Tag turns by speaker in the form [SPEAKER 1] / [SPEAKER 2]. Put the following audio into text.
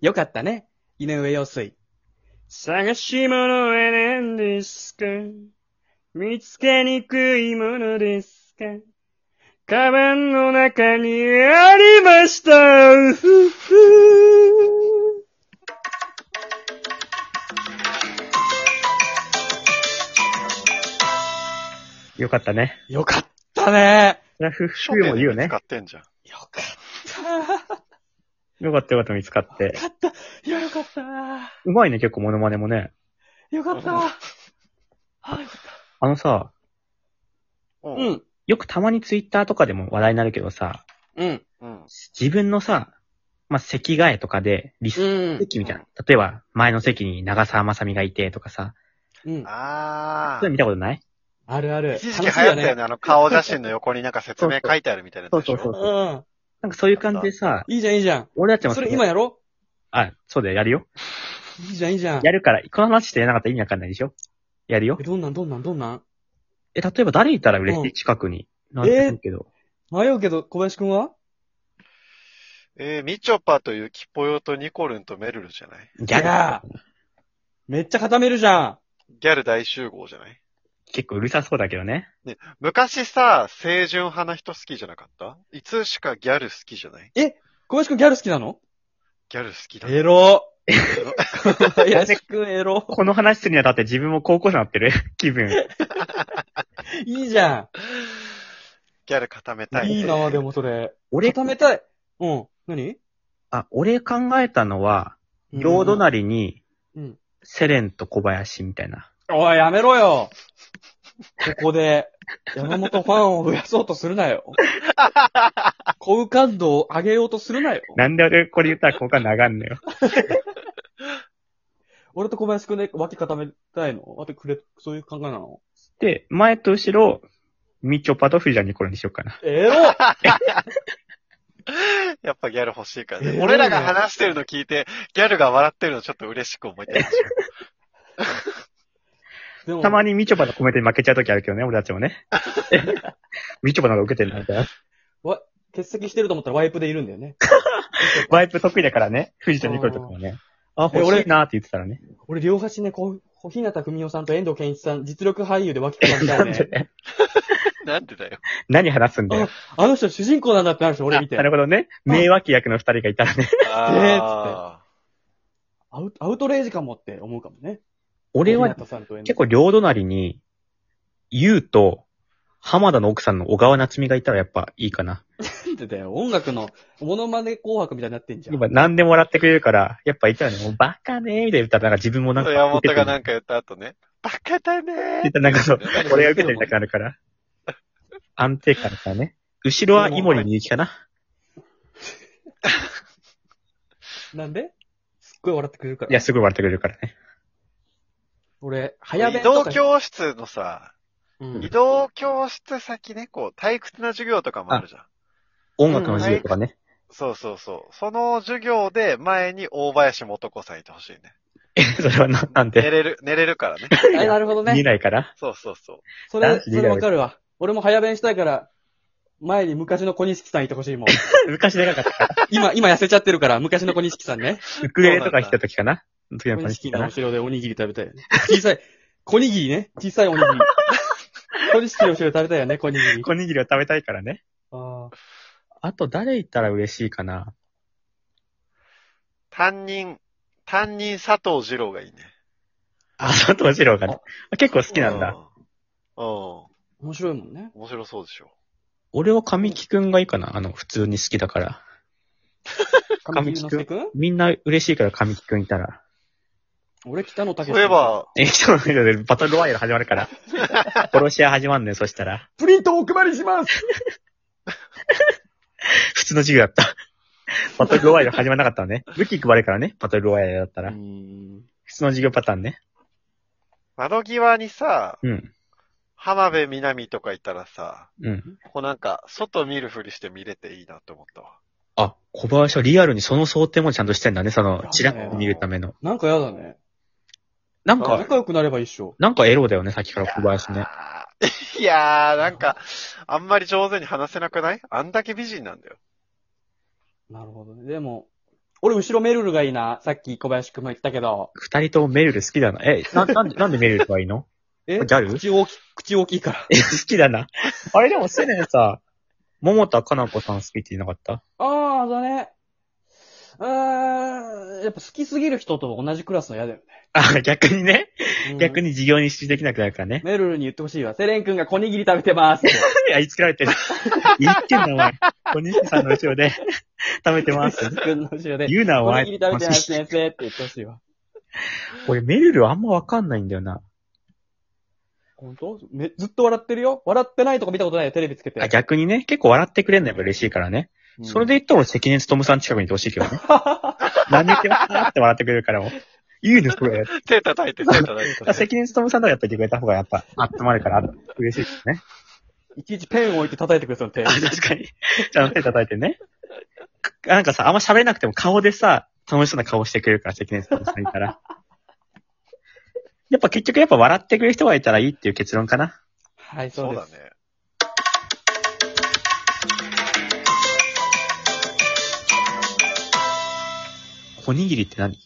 [SPEAKER 1] よかったね。井上陽水。
[SPEAKER 2] 探し物は何ですか見つけにくいものですかカバンの中にありましたうふふよかったね。
[SPEAKER 1] よかったね。
[SPEAKER 2] ラフフ
[SPEAKER 3] 商店
[SPEAKER 2] も
[SPEAKER 3] で
[SPEAKER 2] 言う
[SPEAKER 3] 見
[SPEAKER 2] ね
[SPEAKER 3] つ。かってんじゃん。
[SPEAKER 1] よかっ
[SPEAKER 2] よかったよかった見つかって。
[SPEAKER 1] た。よかった。
[SPEAKER 2] うまいね、結構モノマネもね。
[SPEAKER 1] よかった。あ
[SPEAKER 2] あのさ、
[SPEAKER 1] う
[SPEAKER 3] うん。
[SPEAKER 1] ん。
[SPEAKER 2] よくたまにツイッターとかでも話題になるけどさ、
[SPEAKER 1] うん。
[SPEAKER 3] うん。
[SPEAKER 2] 自分のさ、まあ、席替えとかで、リス
[SPEAKER 1] うん。
[SPEAKER 2] 席みたいな。例えば、前の席に長澤まさみがいてとかさ、
[SPEAKER 1] うん。
[SPEAKER 3] あ
[SPEAKER 2] そういうの見たことない
[SPEAKER 1] あるあ
[SPEAKER 3] ー。
[SPEAKER 1] る。
[SPEAKER 3] 一時期流行ったよ
[SPEAKER 1] 楽
[SPEAKER 3] ね
[SPEAKER 1] しい。
[SPEAKER 3] あの顔写真の横になんか説明書いてあるみたいなやつでしょ。
[SPEAKER 2] そうそうそう
[SPEAKER 1] うん。
[SPEAKER 2] なんかそういう感じでさ、
[SPEAKER 1] いいじゃん、いいじゃ
[SPEAKER 2] 俺たち
[SPEAKER 1] ん。
[SPEAKER 2] も
[SPEAKER 1] それ今やろ
[SPEAKER 2] あ、そうだよ、やるよ。
[SPEAKER 1] いいじゃん、いいじゃん。
[SPEAKER 2] やるから、この話してなかったら意味わかんないでしょやるよ
[SPEAKER 1] え。どんなん、どんなん、どんなん
[SPEAKER 2] え、例えば誰いたら嬉し
[SPEAKER 1] う
[SPEAKER 2] い
[SPEAKER 1] ん
[SPEAKER 2] 近くに。なんて言うけど。
[SPEAKER 1] 迷うけど、小林くんは
[SPEAKER 3] えー、みちょぱというキポヨとニコルンとメルルじゃない
[SPEAKER 2] ギャラ
[SPEAKER 1] いやめっちゃ固めるじゃん。
[SPEAKER 3] ギャル大集合じゃない
[SPEAKER 2] 結構うるさそうだけどね。
[SPEAKER 3] 昔さ、清純派な人好きじゃなかったいつしかギャル好きじゃない
[SPEAKER 1] 小林くんギャル好きなの
[SPEAKER 3] ギャル好きだ。
[SPEAKER 1] エ ロ。小林くんエロ。
[SPEAKER 2] この話するにあたって自分も高校生になってる 気分。
[SPEAKER 1] いいじゃ
[SPEAKER 3] ギャル固めた
[SPEAKER 1] ん。い
[SPEAKER 3] い。
[SPEAKER 1] いなでもそれ。
[SPEAKER 2] 俺、
[SPEAKER 1] 固めたい。うん。何
[SPEAKER 2] あ、俺考えたのは、両
[SPEAKER 1] な
[SPEAKER 2] 隣に、
[SPEAKER 1] うん
[SPEAKER 2] セレンと小林みたいな。
[SPEAKER 1] おい、やめろよ。ここで、山本ファンを増やそうとするなよ。好感度を上げようとするなよ。
[SPEAKER 2] なんで俺これ言ったら効果流んの よ。
[SPEAKER 1] 俺と小林くんで脇固めたいのあとくれ、そういう考えなの
[SPEAKER 2] で、前と後ろ、みちょぱと藤田ニコルにしようかな。
[SPEAKER 1] エロ
[SPEAKER 3] やっぱギャル欲しいから
[SPEAKER 1] えー
[SPEAKER 3] ね。俺らが話してるの聞いて、ギャルが笑ってるのちょっと嬉しく思いたいでしょ。
[SPEAKER 1] でも
[SPEAKER 2] たまにみちょぱのコメントに負けちゃうときあるけどね、俺たちも ね。みちょぱの方が受けてるな、みたいな。
[SPEAKER 1] 欠席してると思ったらワイプでいるんだよね。
[SPEAKER 2] ワイプ得意だからね、藤田ニコルとかもね。あ、
[SPEAKER 1] え
[SPEAKER 2] 欲
[SPEAKER 1] 俺
[SPEAKER 2] しいなって言ってたらね。
[SPEAKER 1] 俺、両端ね、こう、小日向文夫さんと遠藤健一さん、実力俳優で脇固めた
[SPEAKER 2] ないん
[SPEAKER 1] ね。
[SPEAKER 2] で
[SPEAKER 3] なんでだよ。
[SPEAKER 2] 何話すんだよ。
[SPEAKER 1] あの人主人公なんだってなるでしょ、俺見て
[SPEAKER 2] な。るほどね。名脇役の二人がいたらね。
[SPEAKER 3] あ
[SPEAKER 1] アウトアウトレイジかもって思うかもね。
[SPEAKER 2] 俺は
[SPEAKER 1] 小日向さんと遠藤
[SPEAKER 2] 結構両隣に、ゆうと、浜田の奥さんの小川夏美がいたらやっぱいいかな。
[SPEAKER 1] なんでだよ、音楽の、モノマネ紅白みたいになってんじゃん。
[SPEAKER 2] 今何でも笑ってくれるから、やっぱいたらね、もうバカねーみたいな歌ったらなんか自分もなんか
[SPEAKER 3] あ。山本がなんんか言った後ね。バカだね
[SPEAKER 2] 言ったらなんかそう、
[SPEAKER 3] ー。
[SPEAKER 2] 俺が受けてみたくなるから。安定感からね。後ろは井森美幸かな。
[SPEAKER 1] なんですっごい笑ってくれるから。
[SPEAKER 2] いや、すごい笑ってくれるからね。
[SPEAKER 1] 俺、早
[SPEAKER 3] 移
[SPEAKER 1] 弁と
[SPEAKER 3] 動
[SPEAKER 1] か。
[SPEAKER 3] 教室の
[SPEAKER 1] う
[SPEAKER 3] さ、
[SPEAKER 1] ん
[SPEAKER 3] 移動教室先ね、こう、退屈な授業とかもあるじゃん。
[SPEAKER 2] 音楽の授業とかね。
[SPEAKER 3] そうそうそう。その授業で前に大林素子さんいてほしいね。
[SPEAKER 2] え、 それはな、なん
[SPEAKER 3] 寝
[SPEAKER 2] で
[SPEAKER 3] れる、寝れるか らね。
[SPEAKER 1] あなるほど
[SPEAKER 2] 見
[SPEAKER 1] ね。
[SPEAKER 2] ないから
[SPEAKER 3] そうそうそう。
[SPEAKER 1] それ、
[SPEAKER 2] 男
[SPEAKER 1] そ
[SPEAKER 2] 子でい
[SPEAKER 1] れ
[SPEAKER 2] いだろ
[SPEAKER 1] わかるわ。俺も早弁したいから、前に昔の小錦さんいてほしいもん。
[SPEAKER 2] 昔でかかったから。
[SPEAKER 1] 今、今痩せちゃってるから、昔の小錦さんね。
[SPEAKER 2] ウクレレとか弾いた時かなの時の
[SPEAKER 1] 小
[SPEAKER 2] 感じ
[SPEAKER 1] 錦
[SPEAKER 2] か
[SPEAKER 1] の
[SPEAKER 2] な
[SPEAKER 1] 後ろでおにぎり食べたいよね。小さい、小にぎりね。小さいおにぎ り。小錦の後ろで食べたいよね、小にぎり。
[SPEAKER 2] おにぎりを食べたいからね。
[SPEAKER 1] あー
[SPEAKER 2] あと誰いたら嬉しいかな
[SPEAKER 3] 担任、担任佐藤二郎がいいね。
[SPEAKER 2] あ、 佐藤二郎がね。結構好きなんだ。
[SPEAKER 3] うん。うん。
[SPEAKER 1] 面白いもんね。
[SPEAKER 3] 面白そうでしょ。
[SPEAKER 2] 俺は神木くんがいいかなあの、普通に好きだから。
[SPEAKER 1] 神木之介くん
[SPEAKER 2] みんな嬉しいから神木くんいたら。
[SPEAKER 1] 俺、北野武
[SPEAKER 3] そういえば、
[SPEAKER 2] え、人の上でバトルロワイヤル始まる から。殺し合い始まんねそしたら。
[SPEAKER 1] プリントをお配りします
[SPEAKER 2] 普通の授業だ った。バトルロワイヤル始まんなかったのね。武器配るからね、バトルロワイヤルだった
[SPEAKER 1] う
[SPEAKER 2] ら。
[SPEAKER 1] ん。
[SPEAKER 2] 普通の授業パターンね。
[SPEAKER 3] 窓際にさ、
[SPEAKER 2] うん。
[SPEAKER 3] 浜辺美波とかいたらさ、
[SPEAKER 2] うん。
[SPEAKER 3] こうなんか、外見るふりして見れていいなって思ったわ。
[SPEAKER 2] あ、小林はリアルにその想定もちゃんとしてんだね、その、チラッと見るための。
[SPEAKER 1] なんかやだね。
[SPEAKER 2] なん
[SPEAKER 3] あ
[SPEAKER 2] か、
[SPEAKER 1] 仲良くなれば一緒。
[SPEAKER 2] なんかエロだよね、さっきから小林ね。
[SPEAKER 3] あ ー。いやー、なんか、あんまり上手に話せなくないあんだけ美人なんだよ。
[SPEAKER 1] なるほどね。でも、俺、後ろめるるがいいな。さっき小林くんも言ったけど。
[SPEAKER 2] 二人ともメルル好きだな。え、な、なんで、なんでメルルがいいの
[SPEAKER 1] え
[SPEAKER 2] ギャル
[SPEAKER 1] 口大き、口大きいから。
[SPEAKER 2] え、好きだな。あれでも、セレンさ、桃田かな子さん好きって言いなかった
[SPEAKER 1] ああ、だね。うーん、やっぱ好きすぎる人と同じクラスの嫌だよ
[SPEAKER 2] あ、逆にね。
[SPEAKER 1] ね。
[SPEAKER 2] 逆
[SPEAKER 1] に。
[SPEAKER 2] に事業に集中できなくなるからね。
[SPEAKER 1] めるるに言ってほしいわ。セレンくんが小握り食べてますって。
[SPEAKER 2] いや、言いつけられてる。言ってんな、お前。小西さんの後ろで食べてます。
[SPEAKER 1] くんの後ろで。
[SPEAKER 2] 言うな、
[SPEAKER 1] 小
[SPEAKER 2] お前
[SPEAKER 1] 握り。食べてます先生って言ってほしいわ。
[SPEAKER 2] 俺、メルルあんまわかんないんだよな。
[SPEAKER 1] 本当めずっと笑ってるよ。笑ってないとこ見たことないよ、テレビつけて。
[SPEAKER 2] あ逆にね、結構笑ってくれるのやっぱ嬉しいからね。
[SPEAKER 1] うん
[SPEAKER 2] それで言ったら俺関根勤さん近くにいてほしいけどね。何言ってますかって笑ってくれるからもう。言うの、 これ。
[SPEAKER 3] 手叩いて、手叩い て。
[SPEAKER 2] 関根勤さんとかやっぱり言ってくれた方がやっぱ温まるから嬉しいですね。
[SPEAKER 1] いちいちペンを置いて叩いてくれそうな手
[SPEAKER 2] あ、。確かに。ちゃんと手叩いてね。あなんかさ、あんま喋れなくても顔でさ、楽しそうな顔してくれるから、関根勤さんいたら。やっぱ結局やっぱ笑ってくれる人がいたらいいっていう結論かな。
[SPEAKER 1] はい、そ
[SPEAKER 3] そうう
[SPEAKER 1] で
[SPEAKER 3] だ
[SPEAKER 1] す。
[SPEAKER 3] ね。
[SPEAKER 2] おにぎりって何